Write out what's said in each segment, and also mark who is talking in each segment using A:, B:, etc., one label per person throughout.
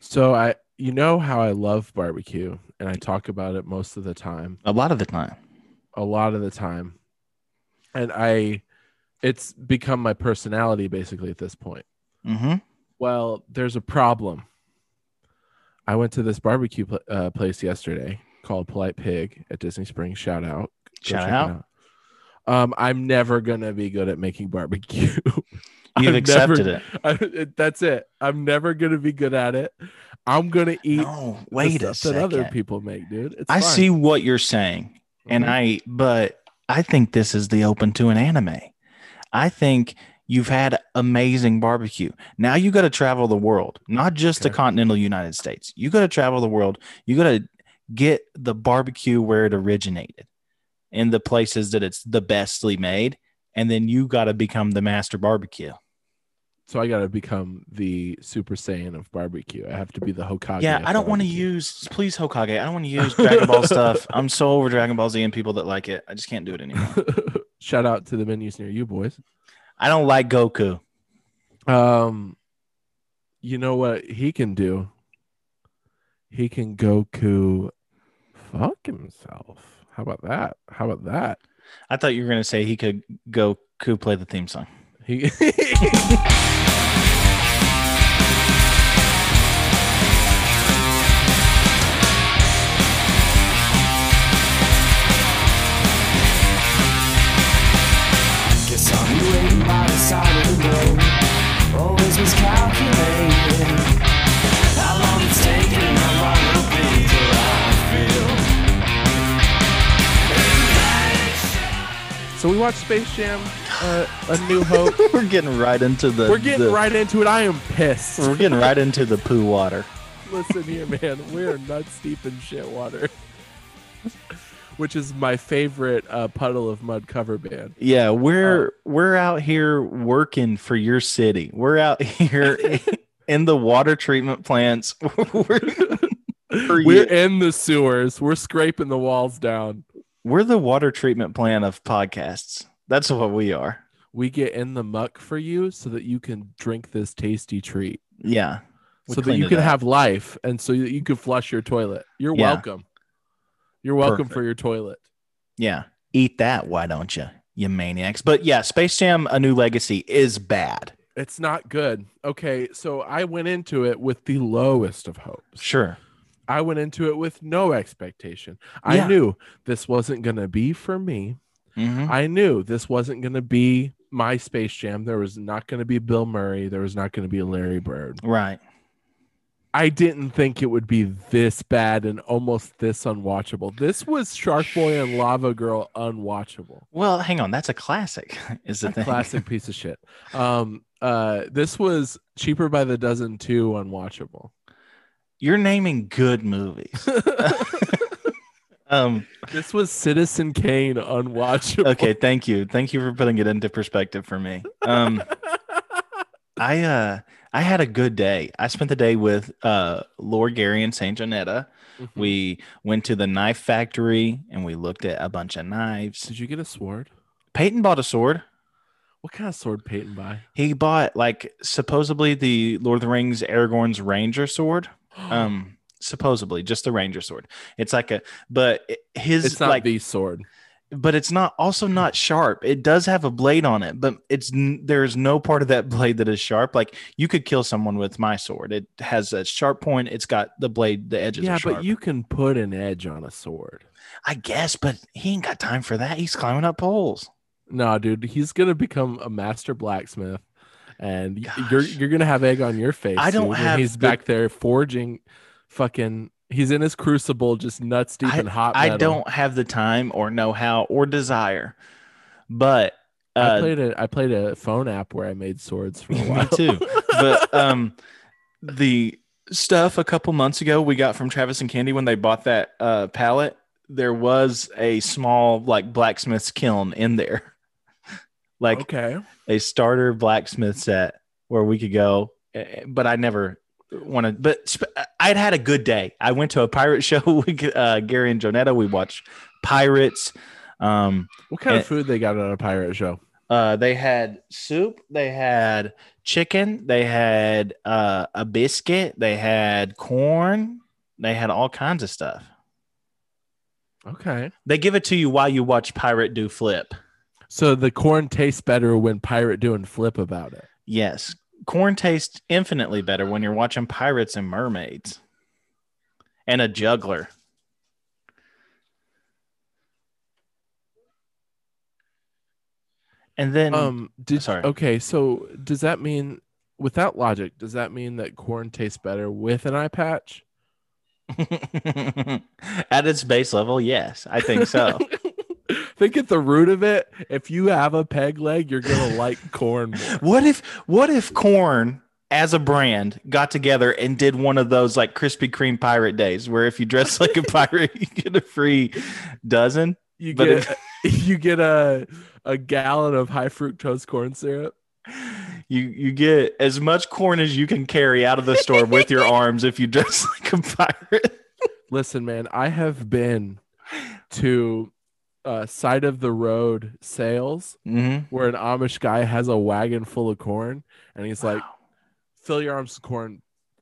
A: So I, you know how I love barbecue, and I talk about it most of the time,
B: A lot of the time.
A: a lot of the time, and I, it's become my personality basically at this point.
B: Mm-hmm.
A: Well, there's a problem. I went to this barbecue pl- uh, place yesterday called Polite Pig at Disney Springs. Shout out. Go
B: Shout
A: check it
B: out.
A: Um, I'm never gonna be good at making barbecue.
B: You've
A: I've
B: accepted
A: never-
B: it.
A: I, it- that's it. I'm never gonna be good at it. I'm gonna eat the
B: No, wait a
A: stuff that other
B: second.
A: people make, dude. It's
B: I
A: fine.
B: see what you're saying. and
A: Mhm.
B: I but I think this is the open to an anime. I think you've had amazing barbecue. Now you got to travel the world, not just the
A: Okay.
B: continental United States. You got to travel the world. You got to get the barbecue where it originated in the places that it's the bestly made and then you got to become the master barbecue.
A: so I gotta become the Super Saiyan of barbecue. I have to be the Hokage.
B: yeah,
A: of
B: I don't want to
A: barbecue.
B: use please Hokage. I don't want to use Dragon Ball stuff. I'm so over Dragon Ball Z and people that like it. I just can't do it anymore.
A: Shout out to the menus near you, boys.
B: I don't like Goku.
A: Um, you know what he can do? He can Goku fuck himself. How about that? How about that?
B: I thought you were gonna say he could go could play the theme song.
A: He.
C: Guess I'm waiting by the side of the road. Always miscalculating how long it's taking and how long it'll be till I feel.
A: so we watched Space Jam, uh, A New Hope.
B: we're getting right into the
A: We're getting
B: the-
A: right into it. I am pissed.
B: we're getting right into the poo water.
A: Listen here, man. We are nuts deep in shit water, which is my favorite uh, puddle of mud cover band.
B: Yeah, we're we're out here working for your city. We're out here in the water treatment plants. we're, For
A: We're
B: you.
A: in the sewers. We're scraping the walls down.
B: we're the water treatment plant of podcasts. That's what we are.
A: we get in the muck for you so that you can drink this tasty treat
B: Yeah. We
A: so that
B: cleaned
A: you
B: it
A: can
B: up.
A: have life and so that you can flush your toilet you're
B: Yeah.
A: welcome you're welcome for
B: Perfect.
A: your toilet
B: Yeah. Eat that, why don't you? You maniacs. But yeah, Space Jam A New Legacy is bad.
A: it's not good okay so i went into it with the lowest of hopes
B: Sure.
A: i went into it with no expectation
B: Yeah.
A: i knew this wasn't going to be for me
B: Mhm.
A: i knew this wasn't going to be my space jam there was not going to be bill murray there was not going to be larry bird
B: Right.
A: I didn't think it would be this bad and almost this unwatchable. This was Shark Boy and Lava Girl unwatchable.
B: Well, hang on. That's a classic. Is the
A: A
B: thing.
A: classic piece of shit. Um, uh, this was cheaper by the dozen too unwatchable.
B: You're naming good movies. um.
A: This was Citizen Kane unwatchable.
B: Okay. Thank you. Thank you for putting it into perspective for me. Um. I uh. I had a good day. I spent the day with uh Lord Gary and Saint Janetta. We
A: Mm-hmm.
B: went to the knife factory and we looked at a bunch of knives.
A: Did you get a sword?
B: Peyton bought a sword.
A: What kind of sword Peyton buy?
B: He bought like supposedly the Lord of the Rings Aragorn's Ranger sword. um supposedly just the ranger sword it's like a but it- his
A: it's not
B: like
A: the sword.
B: but it's not also not sharp it does have a blade on it but it's n- there's no part of that blade that is sharp like you could kill someone with my sword it has a sharp point it's got the blade the edges
A: Yeah,
B: are sharp.
A: but you can put an edge on a sword.
B: i guess but he ain't got time for that he's climbing up poles
A: No, dude, he's gonna become a master blacksmith, and y- you're
B: Gosh.
A: you're gonna have egg on your face.
B: I don't
A: dude, when
B: have
A: He's
B: the-
A: back there forging, fucking. He's in his crucible, just nuts deep in hot.
B: i
A: metal.
B: don't have the time or know-how or desire but
A: I
B: uh
A: played a I played a phone app where I made swords for a
B: Me
A: while.
B: too. but um the stuff a couple months ago we got from Travis and Candy when they bought that uh pallet there was a small like blacksmith's kiln in there like
A: okay,
B: a starter blacksmith set where we could go eh, but I never wanted but sp- I'd had a good day I went to a pirate show with uh, Gary and Jonetta we watched pirates um
A: what kind
B: Eh.
A: of food they got on a pirate show?
B: Uh, they had soup. They had chicken. They had uh, a biscuit. They had corn. They had all kinds of stuff.
A: Okay.
B: They give it to you while you watch Pirate do flip.
A: So the corn tastes better when pirate doing flip about it.
B: Yes. Corn tastes infinitely better when you're watching Pirates and Mermaids and a juggler. And then
A: Um did
B: sorry.
A: okay, so does that mean without logic, does that mean that corn tastes better with an eye patch?
B: at its base level, yes, I think so.
A: think at the root of it, if you have a peg leg, you're gonna like corn more.
B: what if what if corn as a brand got together and did one of those like Krispy Kreme pirate days where if you dress like a pirate, you get a free dozen?
A: You
B: But
A: get you get a a gallon of high fructose corn syrup.
B: You you get as much corn as you can carry out of the store with your arms if you dress like a pirate.
A: Listen, man, I have been to uh, side of the road sales
B: Mm-hmm.
A: where an Amish guy has a wagon full of corn and he's like, fill your arms with corn,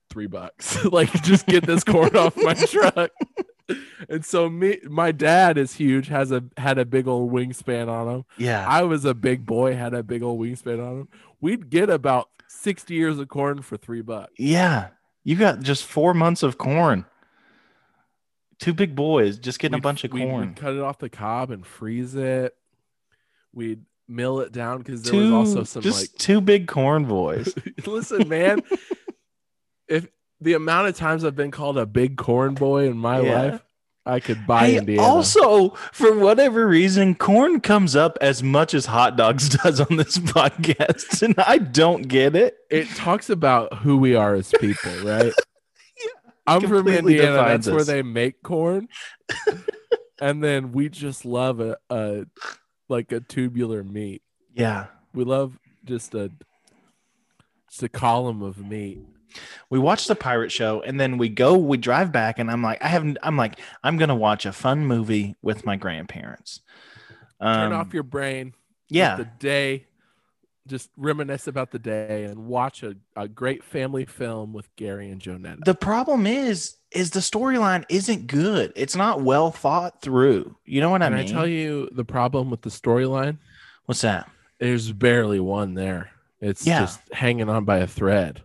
A: three bucks. like, just get this corn off my truck. And so me, my dad is huge, has a had a big old wingspan on him.
B: yeah.
A: I was a big boy, had a big old wingspan on him. We'd get about sixty years of corn for three bucks.
B: Yeah. You got just four months of corn. Two big boys just getting
A: We'd-
B: a bunch of
A: we'd- we'd
B: corn.
A: cut it off the cob and freeze it. We'd mill it down because there
B: two,
A: was also some
B: just two big corn boys.
A: like, listen, man, if the amount of times I've been called a big corn boy in my
B: Yeah.
A: life, I could buy
B: Hey,
A: Indiana.
B: also, for whatever reason, corn comes up as much as hot dogs does on this podcast, and I don't get it.
A: it talks about who we are as people, right? I'm from
B: completely
A: Indiana.
B: defines
A: That's where
B: us.
A: they make corn, and then we just love a, a like a tubular meat.
B: Yeah.
A: We love just a just a column of meat.
B: we watch the pirate show and then we go we drive back and i'm like i haven't i'm like i'm gonna watch a fun movie with my grandparents
A: Turn
B: um,
A: off your brain. let
B: yeah
A: the day. Just reminisce about the day and watch a, a great family film with Gary and Jonetta.
B: the problem is is the storyline isn't good it's not well thought through you know what
A: Can
B: i
A: I
B: mean
A: tell you the problem with the storyline?
B: what's that
A: There's barely one there. It's
B: Yeah.
A: just hanging on by a thread.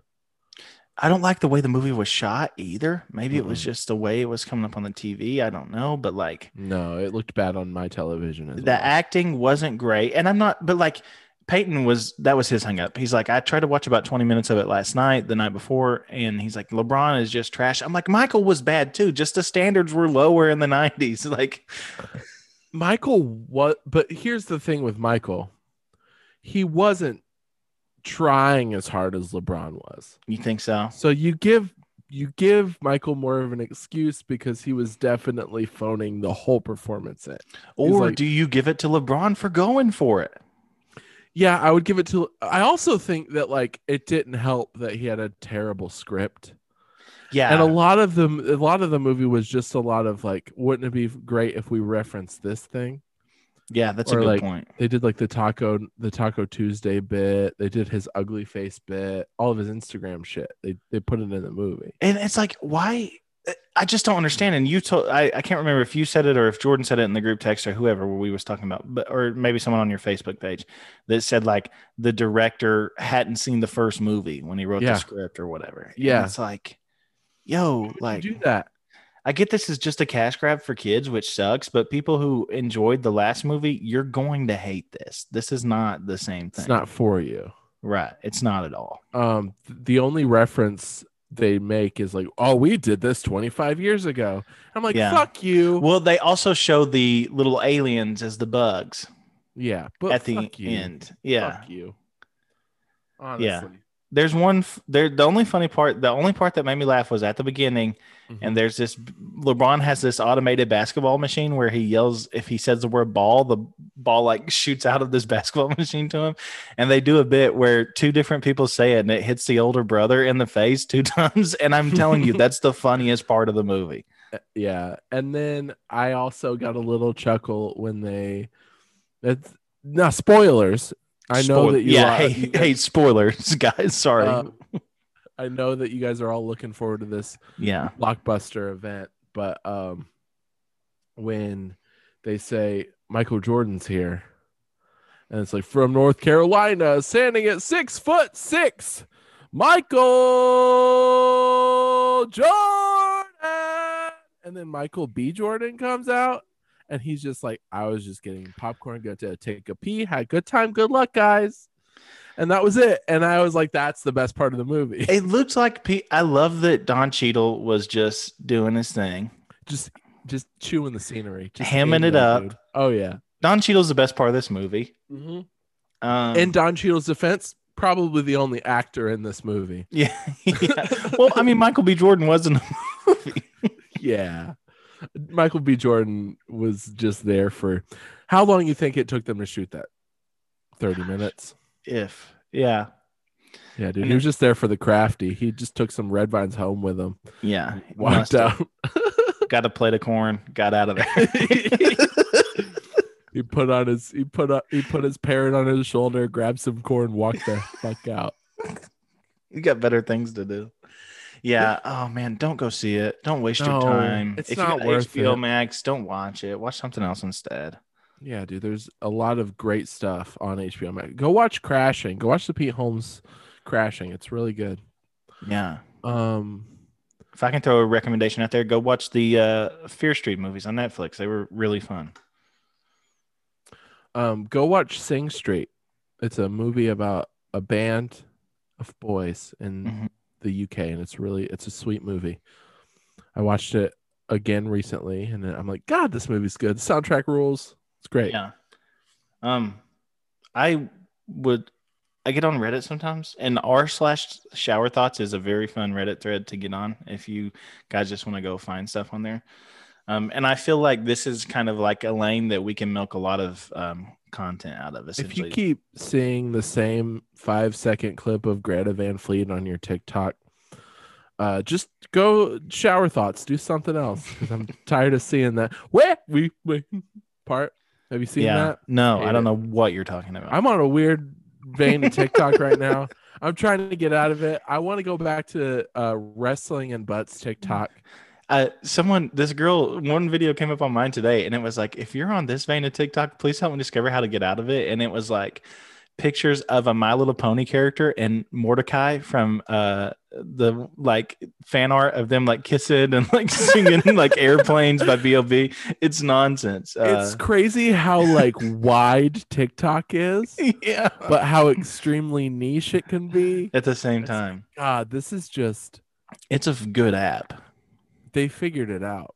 B: i don't like the way the movie was shot either maybe it was
A: Mm-mm.
B: just the way it was coming up on the tv i don't know but like
A: No, it looked bad on my television. As
B: the
A: well.
B: acting wasn't great and i'm not but like peyton was that was his hang up he's like i tried to watch about 20 minutes of it last night the night before and he's like lebron is just trash i'm like michael was bad too just the standards were lower in the 90s like
A: Michael was, but here's the thing with Michael, he wasn't trying as hard as LeBron was.
B: you think so
A: So you give you give Michael more of an excuse because he was definitely phoning the whole performance in.
B: or
A: like-
B: do you give it to lebron for going for it
A: Yeah, I would give it to. I also think that like it didn't help that he had a terrible script,
B: yeah
A: and a lot of the a lot of the movie was just a lot of like, wouldn't it be great if we referenced this thing?
B: yeah that's a
A: or
B: good
A: like-
B: point
A: they did like the taco the taco tuesday bit they did his ugly face bit all of his instagram shit they, they put it in the movie
B: and it's like why i just don't understand and you told I, I can't remember if you said it or if jordan said it in the group text or whoever we was talking about but or maybe someone on your facebook page that said like the director hadn't seen the first movie when he wrote
A: Yeah.
B: the script or whatever And
A: Yeah.
B: it's like yo
A: Why
B: like
A: do that
B: i get this is just a cash grab for kids which sucks but people who enjoyed the last movie you're going to hate this this is not the same thing
A: it's not for you
B: right it's not at all
A: um th- the only reference they make is like oh we did this 25 years ago i'm like
B: Yeah.
A: fuck you
B: well they also show the little aliens as the bugs
A: yeah but
B: at the
A: fuck you.
B: end. Yeah.
A: fuck you honestly
B: There's one f- there the only funny part, the only part that made me laugh was at the beginning
A: Mm-hmm.
B: and there's this LeBron has this automated basketball machine where he yells if he says the word ball, the ball like shoots out of this basketball machine to him. And they do a bit where two different people say it and it hits the older brother in the face two times and I'm telling you that's the funniest part of the movie.
A: Uh, Yeah. And then I also got a little chuckle when they that's not spoilers. I know
B: Spoil-
A: that you.
B: yeah,
A: li-
B: hey,
A: you guys-
B: hey, spoilers, guys. Sorry.
A: uh, I know that you guys are all looking forward to this
B: yeah.
A: blockbuster event, but um, when they say Michael Jordan's here, and it's like from North Carolina, standing at six foot six, Michael Jordan, and then Michael B. Jordan comes out, and he's just like, I was just getting popcorn, got to take a pee, had a good time, good luck, guys. And that was it. And I was like, that's the best part of the movie.
B: It looks like P- I love that Don Cheadle was just doing his thing.
A: just just chewing the scenery, just
B: Hamming
A: eating
B: it up.
A: dude. Oh yeah.
B: Don Cheadle's the best part of this movie. Um,
A: In Don Cheadle's defense, probably the only actor in this movie.
B: yeah, yeah. Well, I mean, Michael B. Jordan was in the movie.
A: Yeah. Michael B. Jordan was just there for how long you think it took them to shoot that? 30 minutes.
B: If yeah,
A: Yeah, dude.
B: And
A: He was just there for the crafty. He just took some red vines home with him.
B: yeah,
A: Walked out.
B: Got a plate of corn. Got out of there.
A: He put on his he put up he put his parrot on his shoulder, grabbed some corn, walked the fuck out.
B: you got better things to do. Yeah. Oh man, don't go see it. Don't waste
A: No,
B: your time.
A: it's
B: if you
A: not
B: got
A: worth
B: HBO
A: it.
B: Max, don't watch it. Watch something else instead.
A: Yeah, dude, there's a lot of great stuff on HBO Max. Go watch Crashing. Go watch the Pete Holmes Crashing. It's really good.
B: Yeah.
A: Um
B: If I can throw a recommendation out there, go watch the uh, Fear Street movies on Netflix. They were really fun.
A: um go watch Sing Street. It's a movie about a band of boys in
B: Mhm.
A: the UK and it's really it's a sweet movie. I watched it again recently and I'm like, god, this movie's good. The soundtrack rules. It's great.
B: Yeah. Um, I would. I get on Reddit sometimes, and r slash shower thoughts is a very fun Reddit thread to get on if you guys just want to go find stuff on there. Um, and I feel like this is kind of like a lane that we can milk a lot of um, content out of.
A: If
B: Essentially,
A: you keep seeing the same five second clip of Greta Van Fleet on your TikTok, uh, just go shower thoughts, do something else because I'm tired of seeing that. Where we we part. Have you seen
B: yeah,
A: that?
B: no,
A: Hate
B: I don't
A: it.
B: know what you're talking about.
A: I'm on a weird vein of TikTok right now. I'm trying to get out of it. I want to go back to uh, wrestling and butts TikTok.
B: uh, someone, this girl, one video came up on mine today, and it was like, if you're on this vein of TikTok, please help me discover how to get out of it. And it was like pictures of a My Little Pony character and Mordecai from uh, the like fan art of them like kissing and like singing like airplanes by B.O.B. It's nonsense. uh,
A: it's crazy how like wide TikTok is,
B: Uh, yeah, but
A: but how extremely niche it can be.
B: at the same
A: It's-
B: time,
A: God, this is just
B: it's a good app.
A: they figured it out.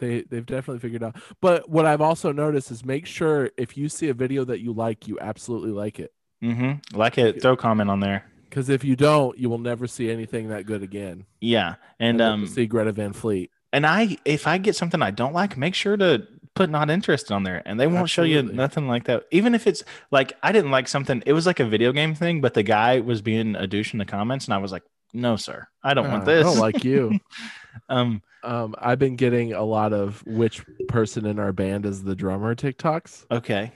A: They they've definitely figured it out. But what I've also noticed is make sure if you see a video that you like, you absolutely like it.
B: Mm-hmm. Like it, throw a comment on there.
A: Because if you don't, you will never see anything that good again.
B: Yeah, and
A: I'd love to
B: um,
A: see Greta Van Fleet.
B: And I, if I get something I don't like, make sure to put not interested on there, and they won't show you
A: Absolutely.
B: nothing like that. Even if it's like I didn't like something, it was like a video game thing, but the guy was being a douche in the comments, and I was like, "No, sir, I don't want
A: Uh,
B: this."
A: I don't like you.
B: um,
A: um, I've been getting a lot of which person in our band is the drummer TikToks,
B: okay,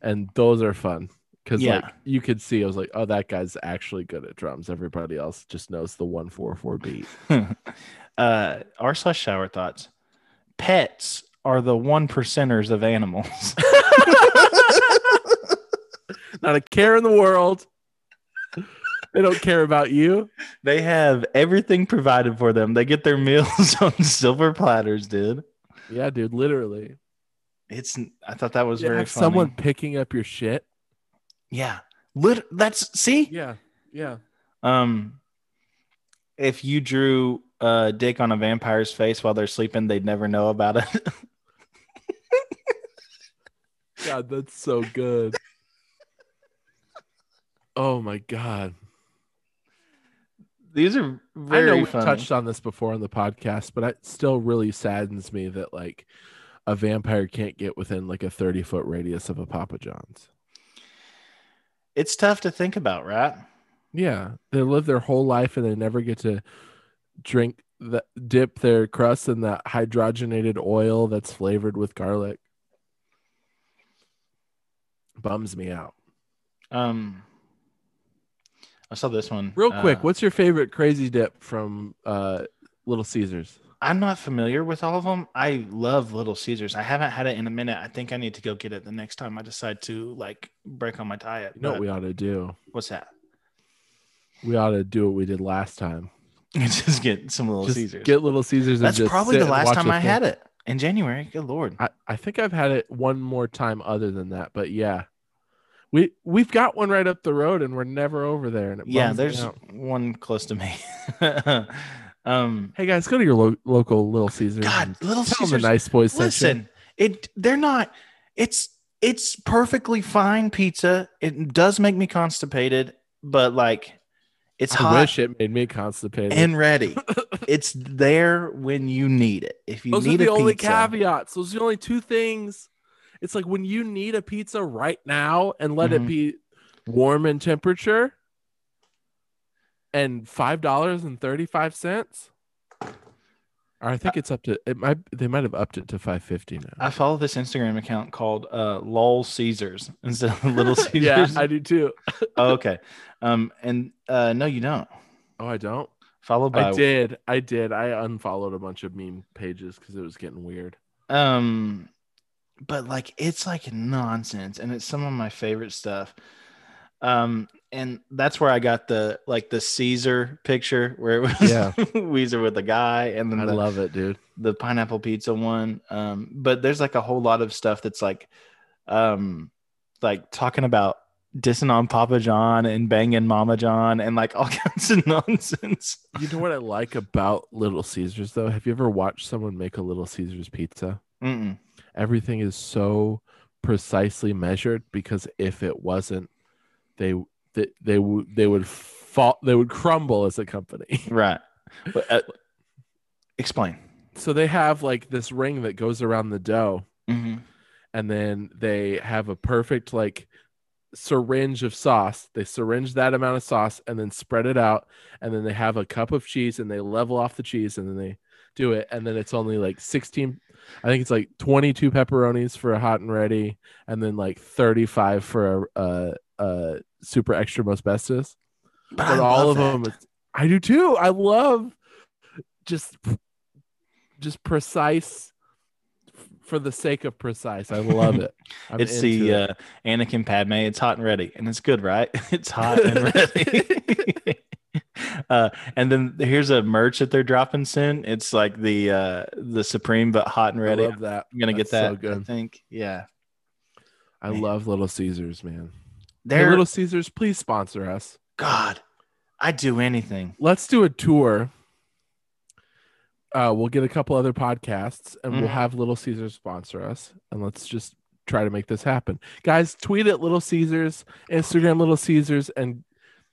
A: and those are fun. Cause
B: Yeah.
A: like you could see, I was like, oh, that guy's actually good at drums. Everybody else just knows the one four four beat.
B: uh, r slash shower thoughts. Pets are the one percenters of animals.
A: not a care in the world. they don't care about you.
B: they have everything provided for them. They get their meals on silver platters, dude.
A: Yeah, dude, literally.
B: It's. I thought that was
A: You
B: very
A: have
B: funny.
A: someone picking up your shit.
B: Yeah. Lit- that's see?
A: Yeah, yeah.
B: Um if you drew a dick on a vampire's face while they're sleeping, they'd never know about it.
A: God, that's so good. Oh my god.
B: These are very
A: I know we
B: funny.
A: touched on this before on the podcast, but it still really saddens me that like a vampire can't get within like a 30 foot radius of a Papa John's.
B: It's tough to think about, right?
A: Yeah, they live their whole life and they never get to drink the dip their crust in that hydrogenated oil that's flavored with garlic. Bums me out.
B: Um, I saw this one
A: Real quick,
B: uh,
A: what's your favorite crazy dip from uh, Little Caesars?
B: I'm not familiar with all of them. I love Little Caesars. I haven't had it in a minute. I think I need to go get it the next time I decide to like break on my diet.
A: You know what
B: but-
A: we ought to do?
B: what's that?
A: We ought to do what we did last time.
B: just get some Little
A: Just
B: Caesars.
A: get Little Caesars. And
B: That's
A: just
B: probably
A: sit
B: the
A: and
B: last
A: watch
B: time
A: a
B: I
A: film.
B: had it in January. Good lord.
A: I, I think I've had it one more time other than that, but yeah. We we've got one right up the road and we're never over there. And it
B: yeah,
A: bums me
B: there's
A: out.
B: one close to me. um,
A: hey guys, go to your lo- local Little Caesars.
B: God,
A: and
B: Little
A: tell
B: Caesars.
A: them the nice boys. sent you.
B: Listen, it they're not. It's it's perfectly fine pizza. It does make me constipated, but like it's
A: I
B: hot
A: wish it made me constipated.
B: and ready. it's there when you need it. If you
A: those are
B: need
A: the
B: a
A: only
B: pizza,
A: caveats. Those are the only two things. It's like when you need a pizza right now and let
B: Mhm.
A: it be warm in temperature and five dollars and thirty five cents. Or I think it's up to it might they might have upped it to five fifty now.
B: I follow this Instagram account called uh, Lol Caesars instead of Little
A: yeah,
B: Caesars.
A: I do too.
B: Oh, okay. Um, and uh, no, you don't.
A: Oh, I don't.
B: Followed by
A: I did. I did. I unfollowed a bunch of meme pages because it was getting weird.
B: um but like it's like nonsense and it's some of my favorite stuff um and that's where i got the like the caesar picture where it was
A: Yeah.
B: weezer with the guy and
A: I
B: then the,
A: love it, dude.
B: the pineapple pizza one um but there's like a whole lot of stuff that's like um like talking about dissing on papa john and banging mama john and like all kinds of nonsense
A: You know what I like about Little Caesars though? Have you ever watched someone make a Little Caesars pizza?
B: Mm-mm.
A: everything is so precisely measured because if it wasn't they they, they would they would fall they would crumble as a company
B: right but, uh, explain
A: so they have like this ring that goes around the dough
B: mm-hmm.
A: and then they have a perfect like syringe of sauce they syringe that amount of sauce and then spread it out and then they have a cup of cheese and they level off the cheese and then they do it and then it's only like 16 i think it's like 22 pepperonis for a hot and ready and then like 35 for a, a, a super extra most bestest
B: but,
A: but
B: I
A: all of
B: love that.
A: them it's- i do too i love just just precise f- for the sake of precise i love it I'm
B: it's
A: into
B: the
A: it.
B: uh, Anakin Padme. It's hot and ready, and it's good, right? It's hot and ready. uh, and then here's a merch that they're dropping soon. It's like the uh, the Supreme, but hot and
A: I
B: ready.
A: love that
B: I'm gonna get
A: That's
B: that.
A: so
B: I
A: good.
B: think, yeah.
A: i
B: Man.
A: love little caesars man
B: They're
A: Hey, little caesars please sponsor us
B: God. I'd do anything.
A: let's do a tour. Uh, we'll get a couple other podcasts and
B: Mhm.
A: we'll have Little Caesars sponsor us. And let's just try to make this happen. Guys, tweet at Little Caesars, Instagram Little Caesars, and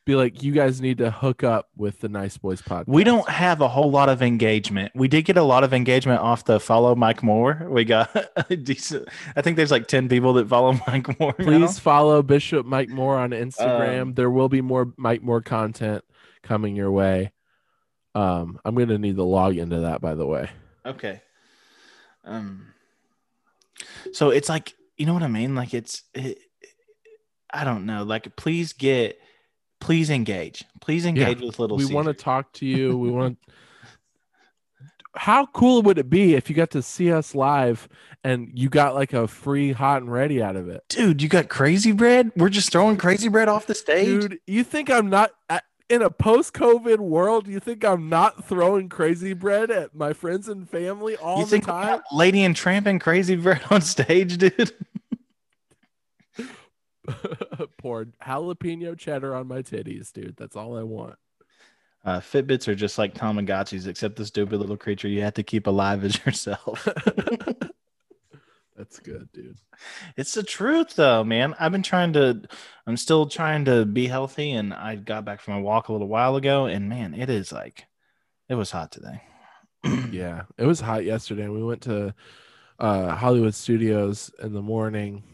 A: be like, you guys need to hook up with the Nice Boys podcast.
B: We don't have a whole lot of engagement. We did get a lot of engagement off the follow Mike Moore. We got a decent. I think there's like ten people that follow Mike Moore. now.
A: Please follow Bishop Mike Moore on Instagram.
B: Um,
A: there will be more Mike Moore content coming your way. Um, I'm gonna need the login to that, by the way.
B: Okay. Um. So it's like you know what I mean. Like it's, it, I don't know. Like please get, please engage, please engage with little.
A: we want to
B: Caesars.
A: talk to you. We want. How cool would it be if you got to see us live and you got like a free hot and ready out of it,
B: dude. You got crazy bread. We're just throwing crazy bread off the stage.
A: dude? You think I'm not at, in a post-COVID world? You think I'm not throwing crazy bread at my friends and family all
B: you
A: the
B: think we
A: time?
B: got Lady and Tramp and crazy bread on stage, dude?
A: Poured jalapeno cheddar on my titties, dude. That's all I want.
B: Uh, Fitbits are just like Tamagotchis, except the stupid little creature you have to keep alive is yourself.
A: That's good, dude.
B: It's the truth, though, man. I've been trying to, I'm still trying to be healthy, and I got back from a walk a little while ago, and man, it is like, it was hot today.
A: Yeah, it was hot yesterday. We went to uh, Hollywood Studios in the morning,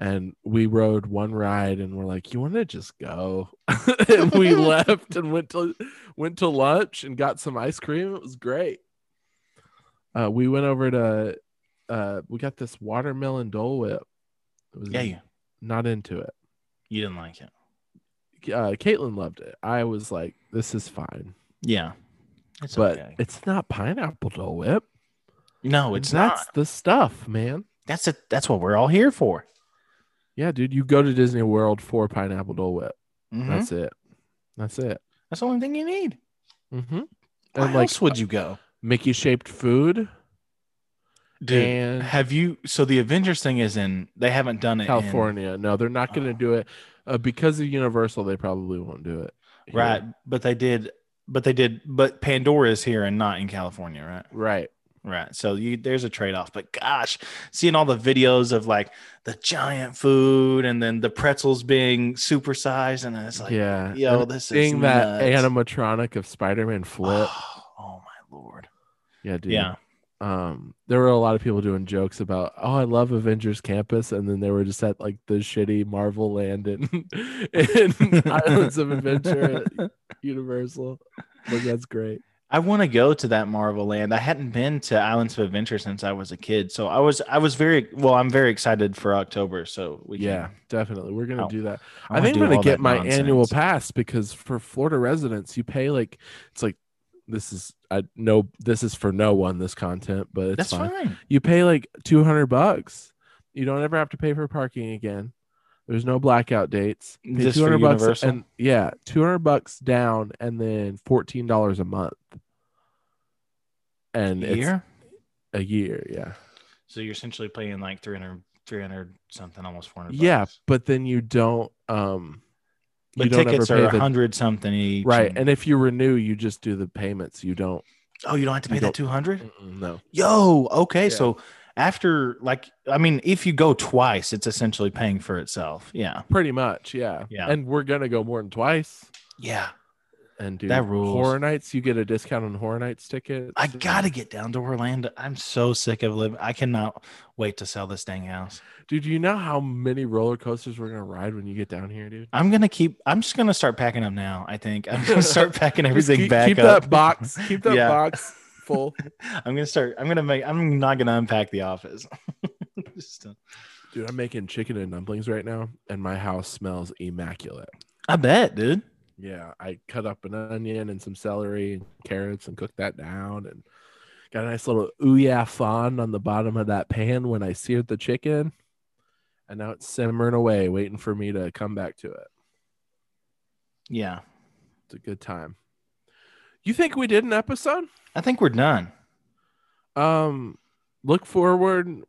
A: and we rode one ride, and we're like, "You want to just go?" and we left and went to went to lunch and got some ice cream. It was great. Uh, we went over to uh, we got this watermelon Dole Whip. It was
B: Yeah, you,
A: not into it.
B: You didn't like it.
A: Uh, Caitlin loved it. I was like, this is fine,
B: Yeah. It's
A: but
B: okay.
A: it's not pineapple Dole Whip.
B: no, it's
A: that's
B: not.
A: the stuff, man.
B: That's it. That's what we're all here for.
A: Yeah, dude, you go to Disney World for pineapple Dole Whip.
B: Mhm. That's,
A: That's it. That's it.
B: the only thing you need.
A: Mm-hmm.
B: Where
A: And like
B: else would you go,
A: Mickey shaped food and
B: Have you? So the Avengers thing is in. They haven't done it. in-
A: California. No, they're not going to
B: Oh.
A: do it uh, because of Universal. They probably won't do it. here.
B: right? But they did. But they did. But Pandora's here and not in California, right?
A: Right.
B: Right. So you there's a trade off, but gosh, seeing all the videos of like the giant food and then the pretzels being supersized, and it's like,
A: yeah.
B: yo,
A: And
B: this
A: seeing
B: is
A: that
B: nuts.
A: animatronic of Spider-Man flip.
B: Oh, oh my lord.
A: yeah, dude.
B: Yeah.
A: Um, there were a lot of people doing jokes about, oh, I love Avengers Campus, and then they were just at like the shitty Marvel Land in, in Islands of Adventure at Universal. Like that's great.
B: I want to go to that Marvel land. I hadn't been to Islands of Adventure since I was a kid. So I was I was very well, I'm very excited for October. So we
A: yeah,
B: can,
A: definitely. We're gonna
B: Ow.
A: do that. I
B: wanna
A: think I'm
B: do
A: gonna
B: all
A: get
B: that
A: my
B: nonsense.
A: annual pass because for Florida residents, you pay like it's like this is I know this is for no one this content, but it's
B: That's
A: fine.
B: fine.
A: You pay like two hundred bucks. You don't ever have to pay for parking again. There's no blackout dates. Pay
B: Just for
A: 200 bucks
B: Universal?
A: and yeah, two hundred bucks down, and then fourteen dollars a month. And
B: A
A: it's
B: year?
A: a year, yeah,
B: So you're essentially paying like 300 300 something, almost 400.
A: yeah.
B: bucks.
A: But then you don't, um,
B: The
A: you don't
B: tickets
A: ever
B: are
A: pay the
B: 100 something each.
A: right. And if you renew, you just do the payments. You don't,
B: oh, you don't have to
A: you
B: pay that
A: don't-
B: 200?
A: mm-mm, no,
B: Yo, okay.
A: Yeah.
B: So after like I mean, if you go twice, it's essentially paying for itself. Yeah.
A: pretty much, yeah,
B: Yeah.
A: And we're gonna go more than twice.
B: Yeah.
A: And dude,
B: That rules.
A: Horror Nights, you get a discount on Horror Nights tickets.
B: I
A: and-
B: gotta get down to Orlando. I'm so sick of living. I cannot wait to sell this dang house.
A: Dude, do you know how many roller coasters we're gonna ride when you get down here, dude?
B: I'm gonna keep. I'm just gonna start packing up now. I think I'm gonna start packing
A: Just
B: everything
A: keep,
B: back
A: keep
B: up.
A: that box. Keep that
B: Yeah.
A: box full.
B: I'm gonna start. I'm gonna make. I'm not gonna unpack the office. Just, uh,
A: Dude, I'm making chicken and dumplings right now, and my house smells immaculate.
B: I bet, dude.
A: Yeah, I cut up an onion and some celery and carrots and cooked that down and got a nice little ouya fond on the bottom of that pan when I seared the chicken. And now it's simmering away, waiting for me to come back to it.
B: Yeah,
A: It's a good time. You think we did an episode?
B: I think we're done.
A: um look forward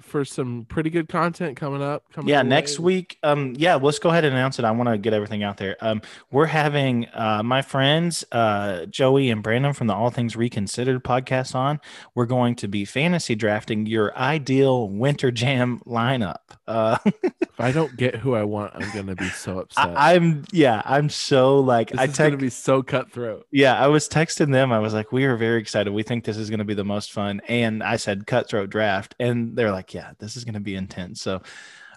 A: for some pretty good content coming up coming
B: yeah
A: your
B: next
A: way.
B: week um yeah let's go ahead and announce it i want to get everything out there um we're having uh my friends uh joey and brandon from the all things reconsidered podcast on we're going to be fantasy drafting your ideal winter jam lineup uh
A: if i don't get who i want i'm gonna be so upset
B: I, i'm yeah i'm so like
A: this
B: i
A: is gonna
B: text
A: be so cutthroat
B: yeah, I was texting them. I was like, "We are very excited. We think this is going to be the most fun." And I said, "Cutthroat draft," and they're like, "Yeah, this is going to be intense." So,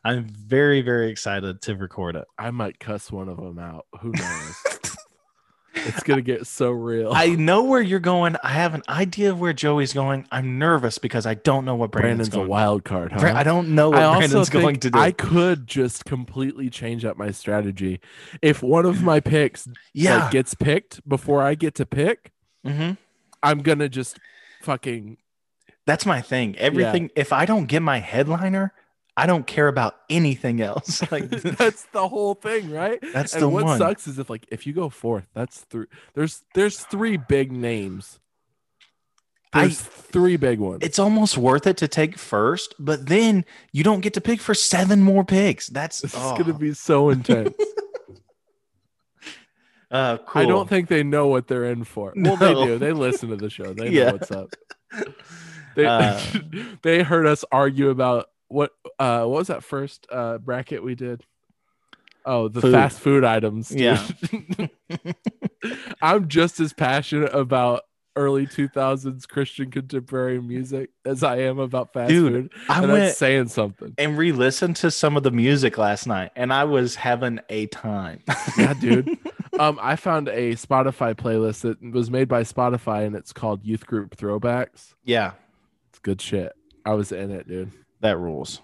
B: I'm very, very excited to record it.
A: i might cuss one of them out who knows it's gonna get so real
B: I know where you're going. I have an idea of where Joey's going. I'm nervous because I don't know what Brandon's,
A: brandon's a
B: going.
A: wild card huh?
B: Bra- I don't know what
A: I also
B: Brandon's
A: think
B: going to do.
A: I could just completely change up my strategy. If one of my picks like,
B: yeah.
A: gets picked before I get to pick,
B: Mhm.
A: I'm gonna just fucking
B: That's my thing. Everything. If I don't get my headliner, I don't care about anything else. Like
A: that's the whole thing, right?
B: that's
A: and
B: the
A: what
B: one.
A: sucks is if like if you go fourth, that's three. There's there's three big names.
B: I-
A: There's three big ones.
B: It's almost worth it to take first, but then you don't get to pick for seven more picks. That's
A: This
B: oh.
A: is gonna be so intense.
B: uh, cool.
A: I don't think they know what they're in for. Well, they
B: No.
A: do. They listen to the show. They
B: Yeah.
A: know what's up. They
B: Uh.
A: they heard us argue about what uh what was that first uh bracket we did. Oh, the
B: Food.
A: fast food items. dude.
B: Yeah.
A: I'm just as passionate about early 2000s Christian contemporary music as I am about fast
B: Dude,
A: food.
B: I
A: and
B: went
A: that's saying something.
B: and re-listened to some of the music last night, and I was having a time.
A: Yeah, dude. um, I found a Spotify playlist that was made by Spotify and it's called Youth Group Throwbacks.
B: yeah,
A: It's good shit. I was in it, dude.
B: that rules.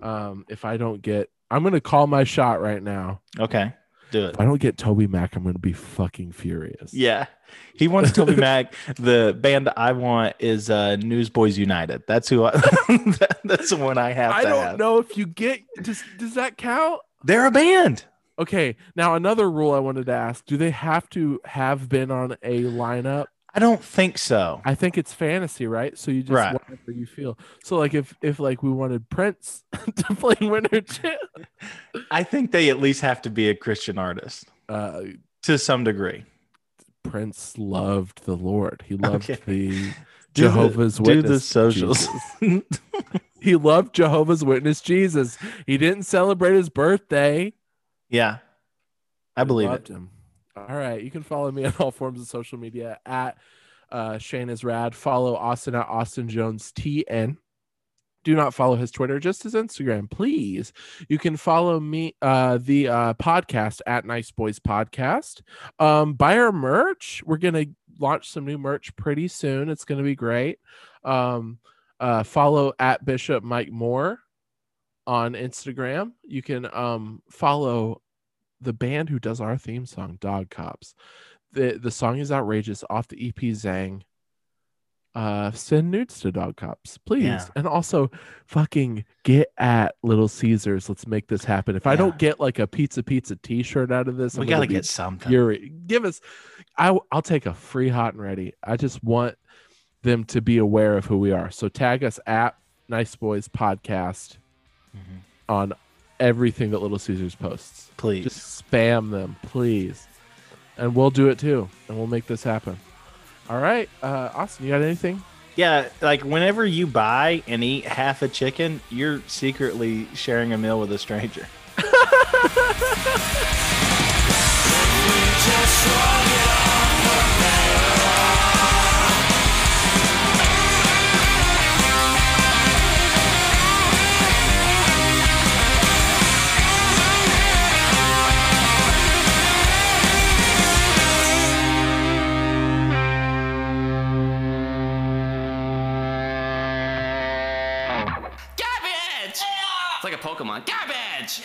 A: Um, if I don't get I'm gonna call my shot right now.
B: Okay, do it.
A: If I don't get Toby Mac, I'm gonna be fucking furious.
B: Yeah, he wants Toby Mac. The band I want is uh, Newsboys United. That's who. I, that- that's the one I have.
A: I
B: to
A: don't
B: have.
A: know if you get does does that count?
B: They're a band.
A: Okay, now another rule I wanted to ask: Do they have to have been on a lineup?
B: I don't think so.
A: I think it's fantasy, right? So you just
B: Right.
A: whatever you feel. So like if if like we wanted Prince to play Winter Jam,
B: I think they at least have to be a Christian artist
A: uh,
B: to some degree.
A: Prince loved the Lord. He loved
B: Okay.
A: the
B: Do the-
A: Jehovah's
B: do
A: Witness.
B: the socials.
A: Jesus. He loved Jehovah's Witness Jesus. He didn't celebrate his birthday.
B: yeah, I believe it.
A: loved him. All right. You can follow me on all forms of social media at uh, Shane is rad. Follow Austin at Austin Jones TN. Do not follow his Twitter, just his Instagram, please. You can follow me, uh, the uh, podcast at Nice Boys Podcast. Um, buy our merch. We're gonna launch some new merch pretty soon. It's gonna be great. Um, uh, follow at Bishop Mike Moore on Instagram. You can um, follow the band who does our theme song, Dog Cops. The the song is outrageous off the EP Zang. Uh send nudes to dog cops, please.
B: Yeah.
A: And also fucking get at Little Caesars. Let's make this happen. If I
B: Yeah.
A: don't get like a pizza pizza t-shirt out of this,
B: We
A: I'm
B: got
A: gonna
B: to
A: be
B: get something.
A: fury. Give us I I'll take a free hot and ready. I just want them to be aware of who we are. So tag us at Nice Boys Podcast
B: Mhm.
A: on everything that Little Caesars posts.
B: Please.
A: Just spam them, please. And we'll do it too. And we'll make this happen. All right. Uh, Austin, you got anything?
B: Yeah, like whenever you buy and eat half a chicken, you're secretly sharing a meal with a stranger.
D: Garbage! It's like a Pokemon. Garbage!